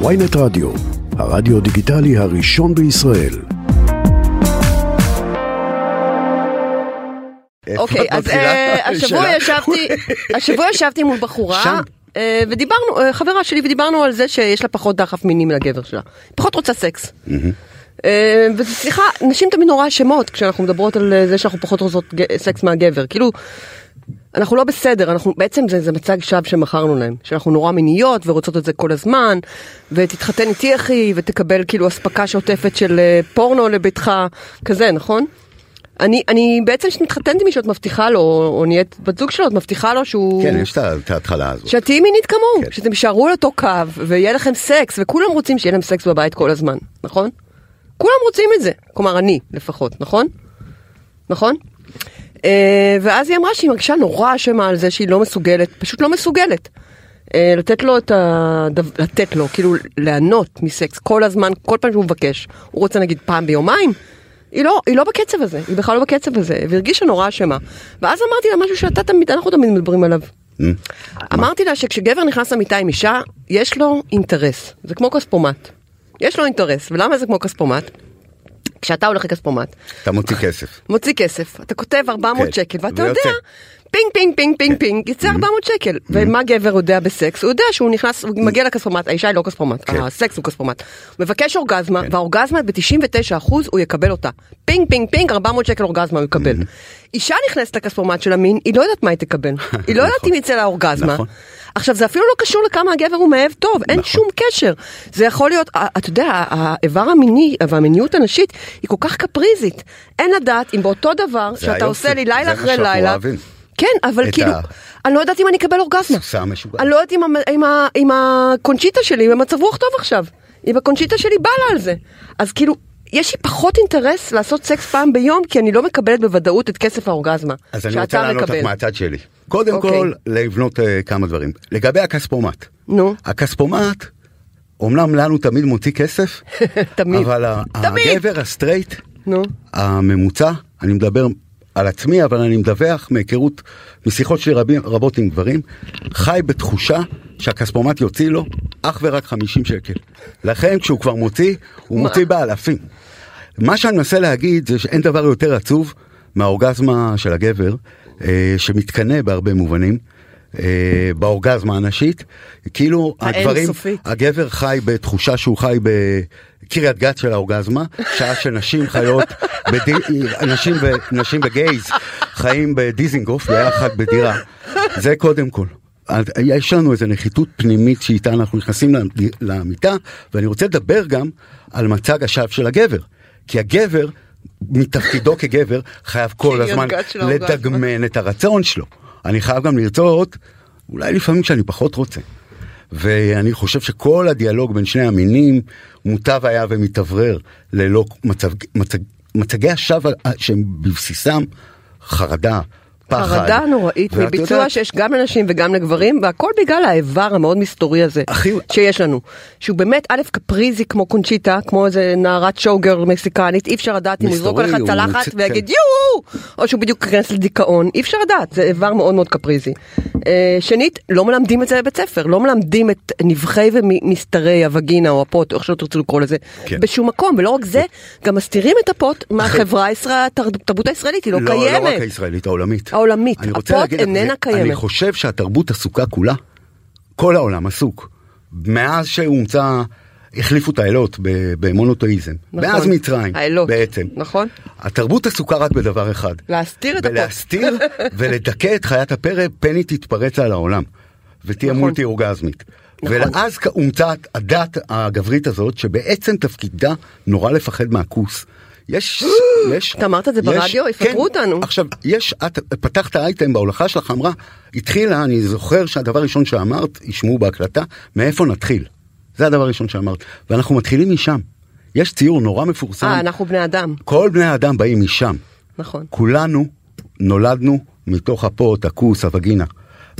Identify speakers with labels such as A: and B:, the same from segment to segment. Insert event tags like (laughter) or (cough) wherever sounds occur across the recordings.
A: ויינט רדיו, הרדיו דיגיטלי הראשון בישראל.
B: אוקיי, אז אה, השבוע ישבתי, השבוע ישבתי מול בחורה, אה, ודיברנו, אה, חברה שלי, ודיברנו על זה שיש לה פחות דחף מיני מלגבר שלה. פחות רוצה סקס. אה, וסליחה, נשים תמיד נורא אשמות כשאנחנו מדברות על אה, זה שאנחנו פחות רוצות ג- סקס מהגבר. כאילו, אנחנו לא בסדר, אנחנו בעצם זה, זה מצג שווא שמכרנו להם, שאנחנו נורא מיניות ורוצות את זה כל הזמן, ותתחתן איתי אחי, ותקבל כאילו אספקה שוטפת של אה, פורנו לביתך, כזה, נכון? אני, אני בעצם כשמתחתנת עם מישהו את מבטיחה לו, או או נהיית בת זוג שלו, את מבטיחה לו שהוא...
C: כן, יש את ה- את ההתחלה הזאת.
B: שאת תהיי מינית כמוהו,
C: כן.
B: שאתם יישארו על אותו קו, ויהיה לכם סקס, וכולם רוצים שיהיה להם סקס בבית כל הזמן, נכון? כולם רוצים את זה, כלומר אני לפחות, נכון? נכון? אה, ואז היא אמרה שהיא מרגישה נורא אשמה על זה שהיא לא מסוגלת, פשוט לא מסוגלת. אה, לתת לו את ה... לתת לו, כאילו ליהנות מסקס כל הזמן, כל פעם שהוא מבקש. הוא רוצה נגיד פעם ביומיים. היא לא, היא לא בקצב הזה, היא בכלל לא בקצב הזה, והרגישה נורא אשמה. ואז אמרתי לה משהו שאתה תמיד, אנחנו תמיד מדברים עליו. אמרתי לה שכשגבר נכנס למיטה עם אישה, יש לו אינטרס. זה כמו כספומט. יש לו אינטרס, ולמה זה כמו כספומט? כשאתה הולך לכספומט,
C: אתה מוציא כסף.
B: מוציא כסף, אתה כותב 400
C: כן,
B: שקל, ואתה
C: ויוצא.
B: יודע, פינג פינג פינג פינג פינג, יצא
C: כן.
B: 400 שקל.
C: Mm-hmm.
B: ומה גבר יודע בסקס? הוא יודע שהוא נכנס, הוא מגיע לכספומט, האישה היא לא כספומט,
C: כן.
B: הסקס הוא כספומט. מבקש אורגזמה, והאורגזמה ב-99% הוא יקבל אותה. פינג פינג פינג, 400 שקל אורגזמה הוא יקבל.
C: Mm-hmm.
B: אישה נכנסת לכספומט של המין, היא לא יודעת מה היא
C: (laughs)
B: תקבל. היא לא יודעת אם יצא לה אורגזמה.
C: נכון.
B: עכשיו זה אפילו לא קשור לכמה הגבר הוא מאהב טוב, אין שום קשר. זה יכול להיות, אה, אתה יודע, האיבר המיני והמיניות הנשית היא כל כך קפריזית. אין לדעת אם באותו דבר שאתה
C: היופי,
B: עושה לי
C: זה
B: לילה
C: מה
B: אחרי
C: שאנחנו
B: לילה.
C: אוהבים.
B: כן, אבל
C: את
B: כאילו,
C: ה-
B: אני לא יודעת אם אני אקבל אורגזמה.
C: סוסה המשוגעת.
B: אני לא יודעת אם המ- אם ה- אם הקונצ'יטה שלי במצב רוח טוב עכשיו. אם הקונצ'יטה שלי בא לה על זה. אז כאילו, יש לי פחות אינטרס לעשות סקס פעם ביום, כי אני לא מקבלת בוודאות את כסף האורגזמה.
C: אז אני
B: שאתה
C: רוצה לענות לך
B: מקבל.
C: מהצד שלי. קודם
B: אוקיי.
C: כל, לבנות אה, כמה דברים. לגבי הכספומט.
B: נו.
C: הכספומט, אמנם לנו תמיד מוציא כסף,
B: (laughs) (laughs) תמיד.
C: אבל ה-
B: תמיד.
C: הגבר הסטרייט,
B: נו.
C: הממוצע, אני מדבר על עצמי, אבל אני מדווח מהיכרות, משיחות שלי רבים, רבות עם גברים, חי בתחושה שהכספומט יוציא לו אך ורק 50 שקל. לכן כשהוא כבר מוציא, הוא
B: מה?
C: מוציא באלפים. מה שאני מנסה להגיד זה שאין דבר יותר עצוב מהאורגזמה של הגבר, אה, שמתקנא בהרבה מובנים. אה, באורגזמה הנשית, כאילו הגברים,
B: האינסופית.
C: הגבר חי בתחושה שהוא חי בקריית גת של האורגזמה, שעה שנשים חיות, בדי, נשים, ו, נשים וגייז חיים בדיזינגוף ביחד בדירה. זה קודם כל. אז יש לנו איזו נחיתות פנימית שאיתה אנחנו נכנסים למ- למיטה, ואני רוצה לדבר גם על מצג השווא של הגבר. כי הגבר, מתפקידו כגבר, חייב כל
B: קריית
C: הזמן
B: גת של האורגזמה.
C: לדגמן אה, את הרצון שלו. אני חייב גם לרצות, אולי לפעמים שאני פחות רוצה. ואני חושב שכל הדיאלוג בין שני המינים מוטב היה ומתאוורר ללא מצג, מצג, מצגי השווא ה- שהם בבסיסם חרדה, פחד.
B: חרדה נוראית
C: ואת
B: מביצוע
C: יודעת,
B: שיש גם לנשים וגם לגברים והכל בגלל האיבר המאוד מסתורי הזה
C: הכי-
B: שיש לנו שהוא באמת א' קפריזי כמו קונצ'יטה כמו איזה נערת שוגר מקסיקנית אי אפשר לדעת אם הוא יזרוק
C: מסתורי,
B: עליך
C: הוא
B: צלחת
C: מוצא-
B: ויגיד
C: כן.
B: יואו או שהוא בדיוק ייכנס לדיכאון אי אפשר לדעת זה איבר מאוד מאוד קפריזי. אה, שנית לא מלמדים את זה בבית ספר לא מלמדים את נבחי ומסתרי הווגינה או הפוט או איך שלא תרצו לקרוא לזה
C: כן.
B: בשום מקום ולא רק זה גם מסתירים את הפוט מהחברה הישראלית התרבות הישראלית היא לא
C: לא, לא רק
B: קיימת.
C: הישראלית, העולמית.
B: העולמית.
C: אני רוצה
B: הפוט
C: להגיד לך,
B: איננה
C: אני-
B: קיימת.
C: אני חושב שהתרבות עסוקה כולה, כל העולם עסוק. מאז שהומצא, החליפו את האלות ב- במונותאיזם.
B: נכון.
C: מאז מצרים,
B: האלות,
C: בעצם.
B: נכון.
C: התרבות עסוקה רק בדבר אחד.
B: להסתיר את הפוט. (laughs)
C: ולהסתיר ולדכא את חיית הפרא, פני תתפרץ על העולם. ותהיה
B: נכון.
C: מולטי אורגזמית.
B: נכון.
C: ואז כ- הומצאה הדת הגברית הזאת, שבעצם תפקידה נורא לפחד מהכוס. יש,
B: (gasps)
C: יש...
B: אתה אמרת את זה
C: יש-
B: ברדיו? יפטרו
C: כן.
B: אותנו.
C: עכשיו, יש, את פתחת אייטם בהולכה שלך, אמרה, התחילה, אני זוכר שהדבר הראשון שאמרת, ישמעו בהקלטה, מאיפה נתחיל. זה הדבר הראשון שאמרת. ואנחנו מתחילים משם. יש ציור נורא מפורסם.
B: אה, אנחנו בני אדם,
C: כל בני האדם באים משם.
B: נכון.
C: כולנו נולדנו מתוך הפוט, הכוס, הווגינה.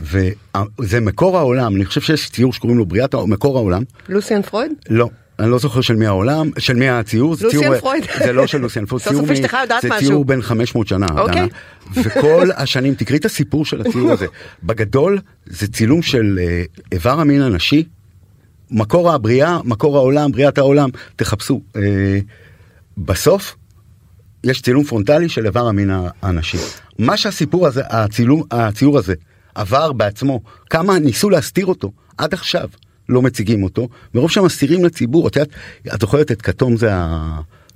C: וזה מקור העולם, אני חושב שיש ציור שקוראים לו בריאת ה- מקור העולם.
B: לוסיאן פרויד?
C: לא, אני לא זוכר של מי העולם, של מי הציור. זה
B: לוסיאן
C: ציור-
B: פרויד.
C: זה לא של לוסיאן פרויד,
B: (laughs) סוף
C: ציור
B: סוף
C: מ-
B: אשתך יודעת
C: זה
B: משהו.
C: ציור בן 500 שנה.
B: אוקיי.
C: דנה.
B: (laughs)
C: וכל השנים, תקראי את הסיפור של הציור הזה. בגדול, זה צילום של אה, איבר המין הנשי מקור הבריאה, מקור העולם, בריאת העולם, תחפשו. אה, בסוף יש צילום פרונטלי של איבר המין האנשי. מה שהסיפור הזה, הצילום, הציור הזה עבר בעצמו, כמה ניסו להסתיר אותו, עד עכשיו לא מציגים אותו, מרוב שמסתירים לציבור, את יודעת, את זוכרת את כתום זה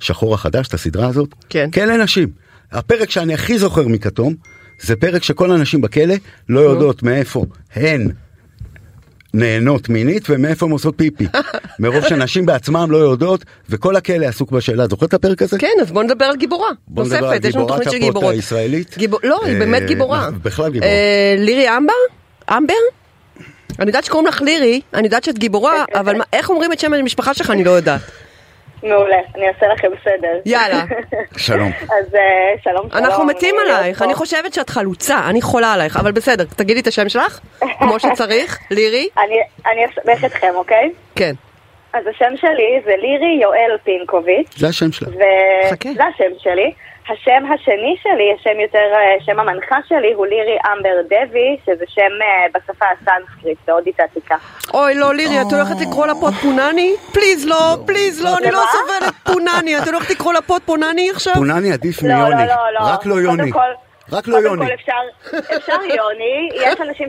C: השחור החדש, את הסדרה הזאת?
B: כן.
C: כלא נשים. הפרק שאני הכי זוכר מכתום, זה פרק שכל הנשים בכלא לא יודעות מאיפה הן נהנות מינית ומאיפה הן עושות פיפי.
B: (laughs)
C: מרוב שנשים בעצמן לא יודעות, וכל הכלא עסוק בשאלה. את זוכרת את הפרק הזה?
B: כן, אז בוא נדבר על גיבורה.
C: בוא נדבר על
B: נוספת, יש לנו
C: גיבורת
B: תוכנית של
C: הפוד
B: גיבורות.
C: הישראלית.
B: גיבור- לא, היא
C: אה,
B: באמת גיבורה.
C: בכלל גיבורה.
B: אה, לירי אמבר? אמבר? אני יודעת שקוראים לך לירי, אני יודעת שאת
D: (laughs)
B: גיבורה, אבל מה- איך אומרים את שם המשפחה שלך אני לא יודעת.
D: מעולה, אני אעשה לכם סדר.
B: יאללה.
C: שלום.
D: (laughs) אז אה, שלום, שלום.
B: אנחנו מתים
D: אני לא
B: עלייך,
D: פה.
B: אני חושבת שאת חלוצה, אני חולה עלייך, אבל בסדר, תגידי את השם שלך,
D: (laughs)
B: כמו שצריך, לירי?
D: אני- אני אסבך אתכם, אוקיי?
B: כן.
D: אז השם שלי זה לירי יואל פינקוביץ',
C: זה השם שלה.
B: חכה.
D: וזה השם שלי. השם השני שלי, השם יותר, אה, שם המנחה שלי הוא לירי אמבר דבי, שזה שם אה, בשפה הסנסקריט, בהודית עתיקה.
B: אוי לא לירי, את הולכת
D: אה.
B: לקרוא לה פוד פונני? פליז לא, פליז
D: (laughs)
B: לא, אני לא
D: למה?
B: סובלת פונני, את הולכת לקרוא לה פוד פונני עכשיו?
C: פונני עדיף
D: לא,
C: מיוני.
D: לא, לא, לא.
C: רק לא
D: קודם
C: יוני.
D: כל-
C: רק לא יוני.
D: קודם כל אפשר, אפשר יוני, יש אנשים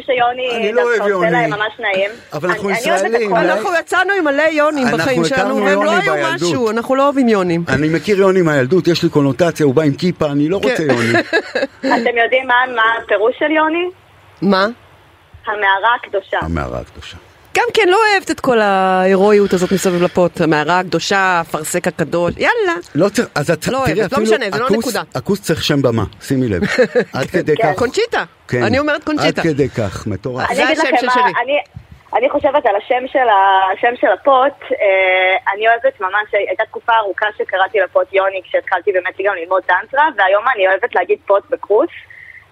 C: (laughs)
D: שיוני,
C: אני לא
D: דווקא
C: אוהב
D: עושה
C: יוני.
D: להם ממש נעים.
C: אבל אנחנו
D: אני- אני אוהבת את
C: ישראלים,
D: הכל.
B: אנחנו יצאנו עם מלא יונים
C: אנחנו
B: בחיים
C: הכרנו
B: שלנו, והם לא
C: יוני
B: היו
C: בילדות.
B: משהו, אנחנו לא אוהבים יונים.
C: אני מכיר יוני מהילדות, יש לי קונוטציה, הוא בא עם כיפה, אני לא
B: כן.
C: רוצה
B: (laughs)
C: יוני.
D: אתם יודעים מה מה הפירוש של יוני?
B: מה?
D: המערה הקדושה.
C: המערה הקדושה.
B: גם כן לא אוהבת את כל ההירואיות הזאת מסביב לפות, המערה הקדושה, האפרסק הקדוש, יאללה.
C: לא צריך, אז את,
B: לא
C: תראי,
B: אוהבת, לא
C: אפילו
B: משנה, זה לא
C: הכוס-
B: הנקודה.
C: הכוס צריך שם במה, שימי
B: (laughs)
C: לב. עד כדי
D: כן.
C: כך.
B: קונצ'יטה,
C: כן.
B: אני אומרת קונצ'יטה.
C: עד כדי כך,
B: זה
C: מטורף.
D: אני אגיד
B: השם
D: לכם
B: של
D: מה,
B: שלי.
D: אני- אני חושבת על השם של, ה, השם של הפוט, אה, אני אוהבת ממש, הייתה תקופה ארוכה שקראתי לפוט יוני כשהתחלתי באמת גם ללמוד טנטרה, והיום אני אוהבת להגיד פוט בקרוס,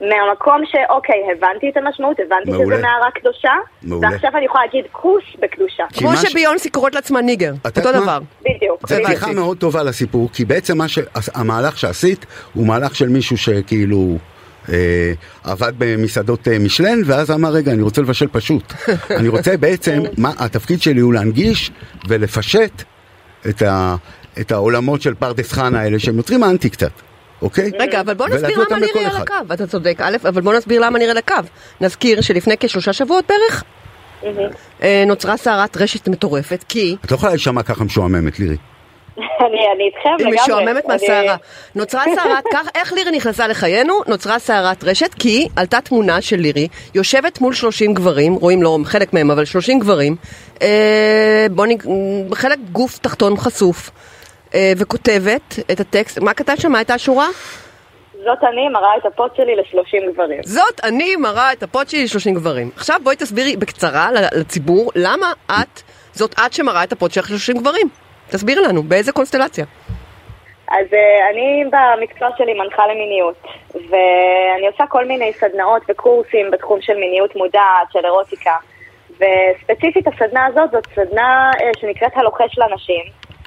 D: מהמקום שאוקיי, הבנתי את המשמעות, הבנתי
C: מעולה.
D: שזה מערה קדושה,
C: מעולה.
D: ועכשיו אני יכולה להגיד כוס בקדושה.
C: כי
B: כמו
C: מה ש-
B: שביונסי קוראת לעצמה ניגר,
C: את
B: אותו
C: יודעת מה?
B: דבר.
D: בדיוק.
C: זה
D: בדיוק.
C: פתיחה מאוד טובה לסיפור, כי בעצם מה ש... המהלך שעשית הוא מהלך של מישהו שכאילו אה, עבד במסעדות אה, משלן, ואז אמר, רגע, אני רוצה לבשל
B: (laughs)
C: פשוט. אני רוצה בעצם, מה, התפקיד שלי הוא להנגיש ולפשט את, ה, את העולמות של פרדס חנה האלה, שהם יוצרים אנטי קצת, אוקיי?
B: רגע, אבל בוא
C: ולהביא
B: נסביר
C: אותם
B: למה
C: לכל
B: לירי על
C: אחד.
B: הקו. אתה צודק, א', אבל בוא נסביר למה לירי על הקו. נזכיר שלפני כשלושה שבועות בערך,
D: מהמם.
B: אה, נוצרה סערת רשת מטורפת, כי
C: את לא יכולה להישמע ככה משועממת, לירי.
D: אני אני איתכם
B: היא
D: לגמרי.
B: משועממת
D: אני-
B: מהסערה. נוצרה
D: (laughs)
B: סערת, כך, איך לירי נכנסה לחיינו? נוצרה סערת רשת, כי עלתה תמונה של לירי, יושבת מול 30 גברים, רואים לא חלק מהם, אבל 30 גברים, אה, בוא נג... חלק גוף תחתון חשוף, אה, וכותבת את הטקסט, מה כתב שם? מה הייתה השורה?
D: זאת אני מראה את הפוט שלי לשלושים גברים.
B: זאת אני מראה את הפוד שלי ל-30 גברים. עכשיו בואי תסבירי בקצרה ל- לציבור למה את, זאת את שמראה את הפוד שלך ל-30 גברים. תסבירי לנו, באיזה קונסטלציה?
D: אז אה, אני במקצוע שלי מנחה למיניות, ואני עושה כל מיני סדנאות וקורסים בתחום של מיניות מודעת, של אירוטיקה, וספציפית הסדנה הזאת זאת סדנה אה, שנקראת הלוחש לנשים,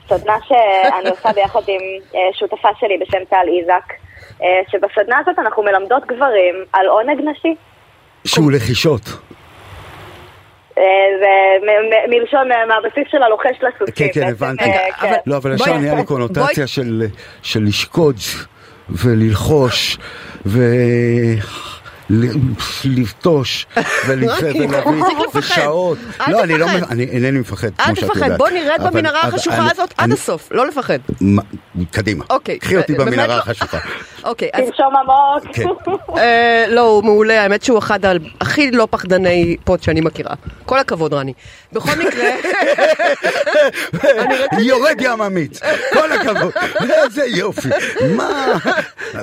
D: סדנה שאני עושה ביחד עם אה, שותפה שלי בשם טל איזק, אה, שבסדנה הזאת אנחנו מלמדות גברים על עונג נשי.
C: שהוא לחישות.
D: אה, זה מ- מ- מלשון, אה, מהבסיס של הלוחש לסוסים.
C: כן, כן,
D: בעצם,
C: הבנתי.
D: אה,
B: רגע,
D: כן.
B: אבל-
C: לא, אבל
B: בואי-
C: ישר נהיה לי
B: בואי-
C: קונוטציה של, של לשקוד וללחוש ולבטוש
B: רק
C: ולהביא
B: תפחד.
C: ושעות.
B: אל
C: לא, אני לא,
B: תפחד.
C: מפ- אני אינני מפחד,
B: אל
C: כמו שאת יודעת.
B: תפחד, בוא נרד
C: אבל-
B: במנהרה
C: אבל
B: החשוכה
C: אני-
B: הזאת עד
C: אני-
B: הסוף, לא לפחד.
C: מה- קדימה.
B: אוקיי.
C: קחי אותי
B: אה, באמת
C: במנהרה
B: לא- (laughs)
C: החשוכה.
B: אוקיי, אז
D: תנשום עמוק.
C: כן.
B: אה, לא, הוא מעולה, האמת שהוא אחד ה- הכי לא פחדני פוד שאני מכירה. כל הכבוד, רני. בכל מקרה,
D: (laughs)
C: יורד ים אמיץ, כל הכבוד, איזה יופי, מה?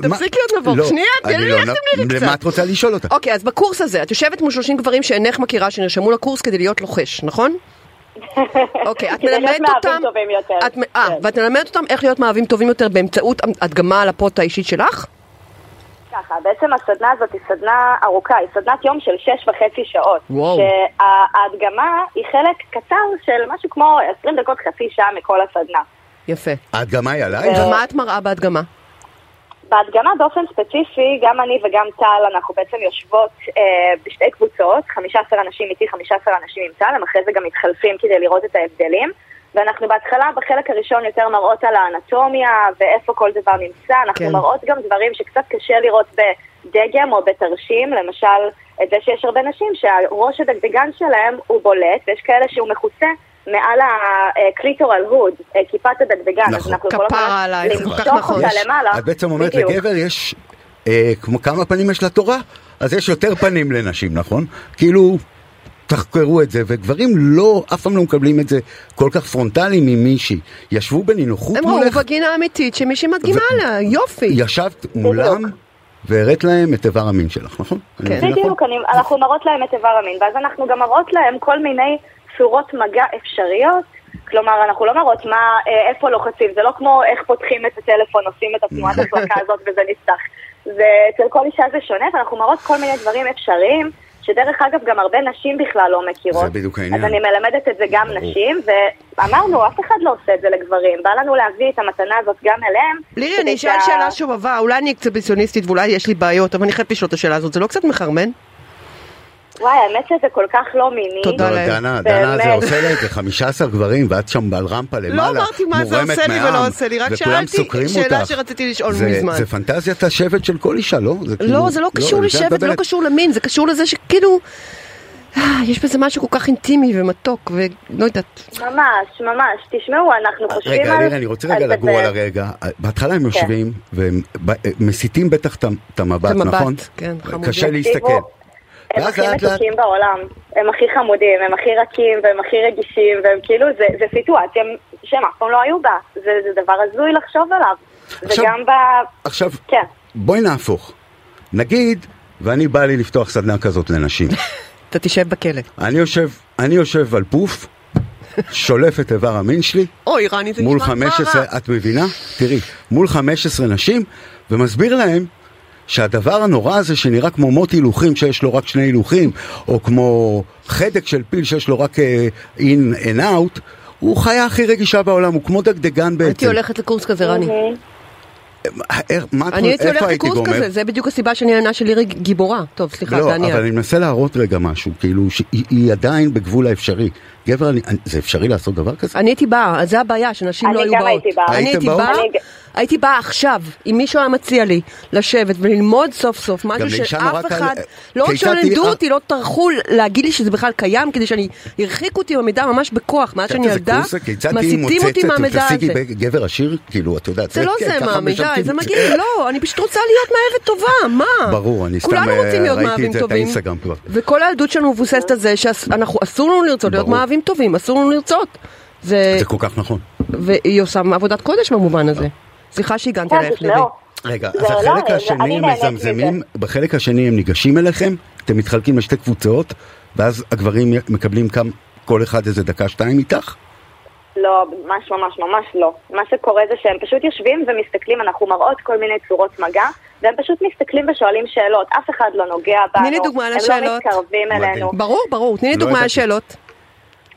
B: תפסיקי להיות מבוך.
C: לא,
B: שנייה, תן
C: אני
B: לי
C: לא-
B: לשים לירי קצת.
C: למה את רוצה לשאול אותה?
B: אוקיי, אז בקורס הזה, את יושבת מול 30 גברים שאינך מכירה, שנרשמו לקורס כדי להיות לוחש,
D: (laughs)
B: נכון? אוקיי, את
D: (laughs) כדי להיות
B: מלמדת
D: מאהבים
B: אותם...
D: טובים יותר.
B: את מ- אה,
D: כן.
B: ואת מלמדת אותם איך להיות מאהבים טובים יותר באמצעות הדגמה על הפוט האישית שלך?
D: ככה, בעצם הסדנה הזאת היא סדנה ארוכה, היא סדנת יום של שש וחצי שעות.
B: וואו.
D: שההדגמה היא חלק קצר של משהו כמו 20 דקות, חצי שעה מכל הסדנה.
B: יפה.
D: כן.
B: אה,
C: ההדגמה היא עלייך?
B: ומה את מראה בהדגמה?
D: בהדגמה באופן ספציפי, גם אני וגם טל, אנחנו בעצם יושבות אה, בשתי קבוצות, 15 אנשים איתי, 15 אנשים עם טל, הם אחרי זה גם מתחלפים כדי לראות את ההבדלים. ואנחנו בהתחלה, בחלק הראשון, יותר מראות על האנטומיה ואיפה כל דבר נמצא. אנחנו
B: כן.
D: כן. מראות גם דברים שקצת קשה לראות בדגם או בתרשים, למשל, את זה שיש הרבה נשים שהראש הדגדגן שלהם הוא בולט, ויש כאלה שהוא מכוסה. מעל הקליטורל הוד, אה, כיפת הדגדגן,
C: נכון.
D: אז אנחנו יכולות
B: כפרה
D: ממש
B: עלייך, זה כל כך
D: למשוך
B: נכון.
D: אותה
B: יש-
D: למעלה.
C: את בעצם אומרת
D: בדיוק.
C: לגבר יש, אה, כמו כמה פנים יש לתורה? אז יש יותר פנים לנשים, נכון? כאילו, תחקרו את זה, וגברים לא, אף פעם לא מקבלים את זה כל כך פרונטלי ממישהי. ישבו בנינוחות
B: הם ראו
C: מולך,
B: בגינה אמיתית שמישהי מדגימה
C: ו-
B: לה, יופי.
C: ישבת מולם, והראית להם את איבר המין שלך, נכון? אני
B: כן.
C: מבין נכון?
D: בדיוק, אני- אנחנו מראות להם את איבר המין, ואז אנחנו גם מראות להם כל מיני צורות מגע אפשריות. כלומר, אנחנו לא מראות מה, אה, איפה לוחצים, זה לא כמו איך פותחים את הטלפון, עושים
C: (laughs)
D: את התנועת הזרקה הזאת וזה נפתח. זה, אצל כל אישה זה שונה, ואנחנו מראות כל מיני דברים אפשריים, שדרך אגב גם הרבה נשים בכלל לא מכירות.
C: זה בדיוק העניין.
D: אז אני מלמדת את זה גם
C: ברור.
D: נשים, ואמרנו, אף אחד לא עושה את זה לגברים. בא לנו להביא את המתנה הזאת גם אליהם.
B: לירי,
D: כדי
B: אני אשאל
D: שה-
B: שאלה שובבה, אולי אני קצת ביסיוניסטית ואולי יש לי בעיות, אבל אני חייבת לשאול את השאלה הזאת, זה לא קצת מחרמן?
D: וואי, האמת שזה כל כך לא מיני.
B: תודה.
C: לא,
B: להם.
C: דנה, דנה זה
D: באמת.
C: עושה לה את זה 15 גברים, ואת שם על רמפה למעלה,
B: לא אמרתי מה זה
C: מורמת
B: עושה לי ולא
C: מהעם,
B: עושה לי, רק
C: וכולם
B: שאלתי
C: סוקרים
B: שאלה
C: אותך.
B: שרציתי לשאול
C: זה-
B: מזמן.
C: זה פנטזיית השבט של כל אישה, לא? זה
B: לא,
C: כאילו-
B: זה לא קשור
C: על זה את
B: לשבט, זה לא
C: מדברת.
B: קשור למין, זה קשור לזה שכאילו... אה, יש בזה משהו כל כך אינטימי ומתוק, ולא יודעת.
D: ממש, ממש. תשמעו, אנחנו חושבים
C: אה, רגע,
D: על...
C: לירי, אני רוצה רגע
D: זה
C: לגור
D: ב-
C: על הרגע. בהתחלה
B: כן.
C: הם יושבים, והם ב- מסיטים בטח את את המבט,
B: את המבט,
C: נכון?
B: כן, חמודים.
C: קשה להסתכל.
D: תראו, הם
C: ואז
D: הכי
C: לאט לאט,
D: מתוקים בעולם. הם הכי חמודים, הם הכי רכים, והם הכי רגישים, והם כאילו, זה זה סיטואציה שהם אף פעם לא היו בה. זה זה דבר הזוי לחשוב עליו.
C: עכשיו-
D: וגם ב...
C: עכשיו,
D: כן.
C: בואי נהפוך. נגיד, ואני בא לי לפתוח סדנה כזאת לנשים.
B: אתה תשב בכלא.
C: אני יושב, אני יושב על פוף, שולף את איבר המין שלי,
B: אוי, רני, זה
C: מול
B: נשמע כבר
C: 15,
B: רע.
C: את מבינה? תראי, מול 15 נשים, ומסביר להם שהדבר הנורא הזה שנראה כמו מוט הילוכים שיש לו רק שני הילוכים, או כמו חדק של פיל שיש לו רק אה, in and out, הוא חיה הכי רגישה בעולם, הוא כמו דגדגן בעצם.
B: הייתי הולכת לקורס כזה, רני.
D: מהמם.
C: אה, איך- מה את-
B: אני הייתי
C: איפה
B: הולכת
C: הייתי
B: לקורס
C: גומר?
B: כזה, זה בדיוק הסיבה שאני עונה של לירי גיבורה. טוב, סליחה,
C: לא, אבל
B: דניאל.
C: אני מנסה להראות רגע משהו, כאילו שהיא היא עדיין בגבול האפשרי. גבר, אני- אני- זה אפשרי לעשות דבר כזה?
B: אני הייתי באה, אז זה הבעיה, שנשים
D: אני
B: לא היו
D: גם
B: באות.
D: הייתי באה.
B: אני
C: הייתם
B: הייתי
C: באות?
B: באה,
D: אני ג-
B: הייתי באה עכשיו, אם מישהו היה מציע לי לשבת וללמוד סוף סוף משהו
C: לאישה נורא
B: שאף
C: קל- אה-
B: אחד, לא רק
C: כיצד
B: שלא לימדו
C: תהיה-
B: אותי, לא טרחו להגיד לי שזה בכלל קיים, כדי שאני, הרחיקו אותי מהמידע ממש בכוח, מאז שאני
C: חשבתי זה
B: ילדה,
C: קורס, כיצד תהיי
B: מסיתים אותי
C: מוצצת
B: מהמידע
C: ותשיגי
B: הזה.
C: גבר עשיר, כאילו, את יודעת,
B: זה לא
C: כן,
B: זה,
C: ככה
B: מאמי, די,
C: משווקים
B: זה
C: את
B: מגעיל, לא, אני פשוט רוצה להיות מאהבת טובה, מה?
C: ברור, אני סתם,
B: כולנו
C: אה,
B: רוצים להיות
C: ראיתי
B: מאהבים
C: את זה, את
B: טובים.
C: האינסטגרם כבר.
B: וכל הילדות שלנו מבוססת על זה שאנחנו, אסור לנו לרצות להיות
C: ברור.
B: מאהבים טובים, אסור לנו לרצות. זה
C: זה כל כך נכון.
B: והיא עושה עבודת קודש במובן הזה. סליחה שהגנתי
D: כן,
B: עלייך ליבי.
D: תשמעו.
C: רגע,
D: זה
C: אז
D: לא,
C: החלק
D: זה-
C: השני
D: אני
C: הם
D: נהנית
C: מזמזמים,
D: מזה.
C: בחלק השני הם ניגשים אליכם, אתם מתחלקים לשתי קבוצות, ואז הגברים מקבלים כמה, כל אחד איזה דקה-שתיים איתך?
D: לא, ממש ממש ממש לא. מה שקורה זה שהם פשוט יושבים ומסתכלים, אנחנו מראות כל מיני צורות מגע, והם פשוט מסתכלים ושואלים שאלות. אף אחד לא נוגע בנו,
B: לי דוגמה
D: הם
B: לשאלות.
D: לא מתקרבים
C: מדהים.
D: אלינו.
B: ברור, ברור, תני לי
C: לא
B: דוגמה
C: ידעתי.
B: לשאלות.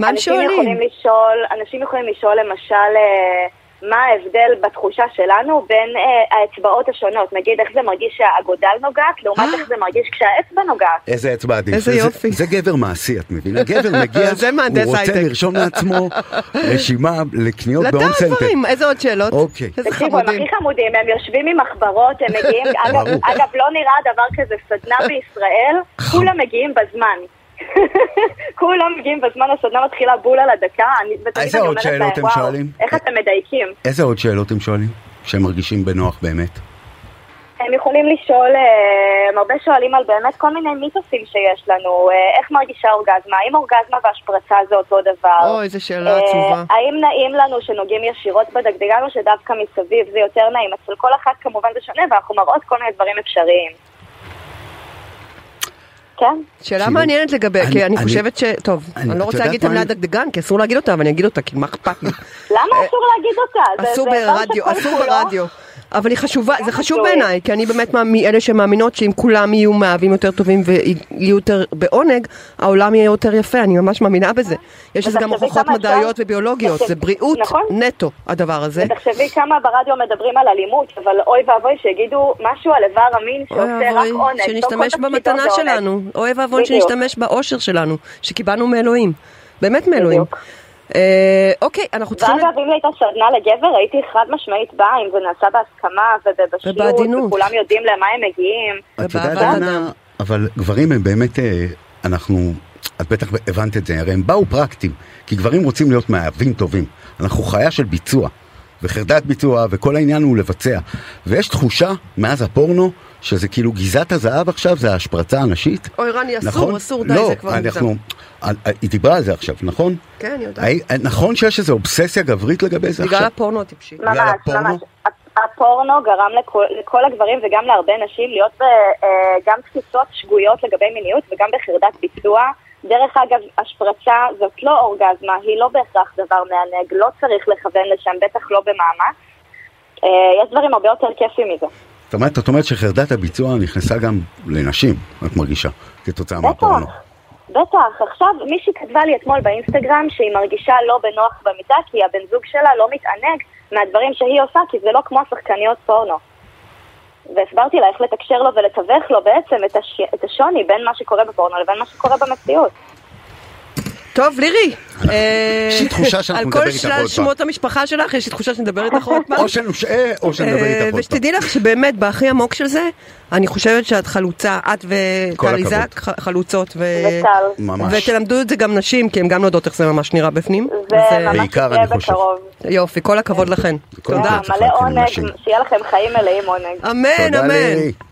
B: מה הם
D: אנשים
B: שואלים?
D: יכולים לשאול, אנשים יכולים לשאול למשל, אה, מה ההבדל בתחושה שלנו בין אה, האצבעות השונות? נגיד, איך זה מרגיש שהאגודל נוגעת, לעומת
B: אה.
D: איך זה מרגיש כשהאצבע נוגעת.
C: איזה אצבע עדיף.
B: איזה יופי.
C: זה, זה גבר מעשי, את מבינה? גבר
B: (laughs)
C: מגיע,
B: זה מהנדס
C: הוא רוצה
B: הייטק.
C: לרשום לעצמו
B: (laughs)
C: רשימה לקניות בהום
B: לדעת
C: סנטר.
B: דברים, איזה עוד שאלות?
C: אוקיי.
B: איזה
D: תקשיבו, הם
B: חמודים.
D: הכי חמודים, הם יושבים עם מחברות, הם
C: (laughs)
D: מגיעים, אגב,
C: ברור.
D: אגב, לא נראה דבר כזה,
C: (laughs)
D: סדנה בישראל, כולם מגיעים בזמן. (laughs) כולם מגיעים בזמן, הסדנה מתחילה בול על הדקה, אני- ותמיד
C: איזה
D: אני
C: עוד
D: אומרת
C: שאלות
D: להם,
C: הם
D: וואו,
C: שואלים?"
D: איך אתם מדייקים?
C: איזה עוד שאלות הם שואלים? שהם מרגישים בנוח באמת.
D: הם יכולים לשאול, אה, הם הרבה שואלים על באמת כל מיני מיתוסים שיש לנו, אה, איך מרגישה אורגזמה, האם אורגזמה והשפרצה זה אותו דבר?
B: אוי, איזה שאלה
D: אה,
B: עצובה.
D: האם נעים לנו שנוגעים ישירות בדגדגן או שדווקא מסביב זה יותר נעים? אצל כל אחת כמובן זה שונה ואנחנו מראות כל מיני דברים אפשריים. כן?
B: שאלה
C: כאילו,
B: מעניינת לגבי,
C: אני-
B: כי אני
C: אני-
B: חושבת ש... טוב,
C: את
B: אני לא רוצה
C: יודעת
B: להגיד את
C: מה
B: המילה
C: אני-
B: דגדגן, כי אסור
C: (laughs)
B: להגיד אותה, אבל אני אגיד אותה, כי מה אכפת לי?
D: למה אסור להגיד אותה? זה-
B: אה, אסור
D: זה דבר
B: ברדיו,
D: שכל
B: אסור
D: כולו-
B: ברדיו. אבל היא חשובה, זה חשוב בעיניי, כי אני באמת מאמ- מאלה שמאמינות שאם כולם יהיו מאהבים יותר טובים ויהיו יותר בעונג, העולם יהיה יותר יפה, אני ממש מאמינה בזה. יש לזה גם
D: ותחשבי
B: הוכחות
D: כמה אפשר-
B: מדעיות וביולוגיות, זה בריאות
D: נכון.
B: נטו הדבר הזה.
D: ותחשבי כמה ברדיו מדברים על אלימות, אבל אוי ואבוי שיגידו משהו על איבר המין
B: אוי
D: שעושה רק
B: ואבוי,
D: אונס. לא כל
B: שנשתמש
D: תפקידו
B: במתנה
D: זה אונס.
B: שלנו. אוי ואבוי
D: בדיוק.
B: שנשתמש באושר שלנו, שקיבלנו מאלוהים. באמת מאלוהים.
D: בדיוק.
B: אה, אוקיי, אנחנו צריכים...
D: ואגב, אם הייתה סדנה לגבר, הייתי חד משמעית באה, אם זה נעשה בהסכמה ובבשלות,
B: ובעדינות.
D: וכולם יודעים למה הם מגיעים.
C: את יודעת,
B: ובאהבת
C: דנה,
B: אדם.
C: אבל גברים הם באמת, אה, אנחנו, את בטח הבנת את זה, הרי הם באו פרקטיים, כי גברים רוצים להיות מאהבים טובים. אנחנו חיה של ביצוע, וחרדת ביצוע, וכל העניין הוא לבצע. ויש תחושה, מאז הפורנו, שזה כאילו גיזת הזהב עכשיו, זה ההשפרצה הנשית.
B: אוי, רני,
C: נכון?
B: אסור, אסור, די,
C: לא,
B: זה כבר
C: אנחנו, אה,
B: מוגזם.
C: היא דיברה על זה עכשיו, נכון?
B: כן, אני יודעת.
C: האי- נכון שיש איזו אובססיה גברית לגבי זה
B: בגלל
C: עכשיו?
B: הפורנו הטיפשי.
C: בגלל
D: ממש,
C: הפורנו?
D: ממש. הפורנו גרם לכל, לכל הגברים וגם להרבה נשים להיות ב, אה, גם תפיסות שגויות לגבי מיניות וגם בחרדת ביצוע. דרך אגב, השפרצה זאת לא אורגזמה, היא לא בהכרח דבר מענג, לא צריך לכוון לשם, בטח לא במאמץ. אה, יש דברים הרבה יותר כיפים מזה.
C: זאת אומרת, את אומרת שחרדת הביצוע נכנסה גם לנשים, את מרגישה, כתוצאה מהפורנו.
D: בטח, בטח. עכשיו, מישהי כתבה לי אתמול באינסטגרם שהיא מרגישה לא בנוח במיטה כי הבן זוג שלה לא מתענג מהדברים שהיא עושה כי זה לא כמו השחקניות פורנו. והסברתי לה איך לתקשר לו ולתווך לו בעצם את, הש... את השוני בין מה שקורה בפורנו לבין מה שקורה במציאות.
B: טוב, לירי. אה,
C: יש לי תחושה שאנחנו נדבר
B: על
C: איתך עוד
B: כל שלל
C: פעם.
B: שמות המשפחה שלך, יש לי תחושה שנדבר איתך
C: (laughs)
B: עוד פעם.
C: או שנושעה, או שנדבר
B: אה,
C: איתך עוד פעם.
B: ושתדעי לך שבאמת, בהכי עמוק של זה, אני חושבת שאת חלוצה, את
C: כל
B: וטלי
C: הכבוד.
B: זק ח- חלוצות. ו-
D: וטל,
C: ממש.
B: ותלמדו את זה גם נשים, כי הן גם לא יודעות איך זה ממש נראה בפנים. אז,
D: זה
B: אה,
D: ממש
C: בעיקר,
D: יהיה
C: אני חושב. כן,
D: בקרוב.
B: יופי, כל הכבוד לכן.
C: כל
B: תודה.
C: הכבוד. צריך
D: מלא
C: להכיר
D: עונג,
C: נשים.
D: שיהיה לכם חיים מלאים עונג.
B: אמן,
C: תודה,
B: אמן.
C: לירי.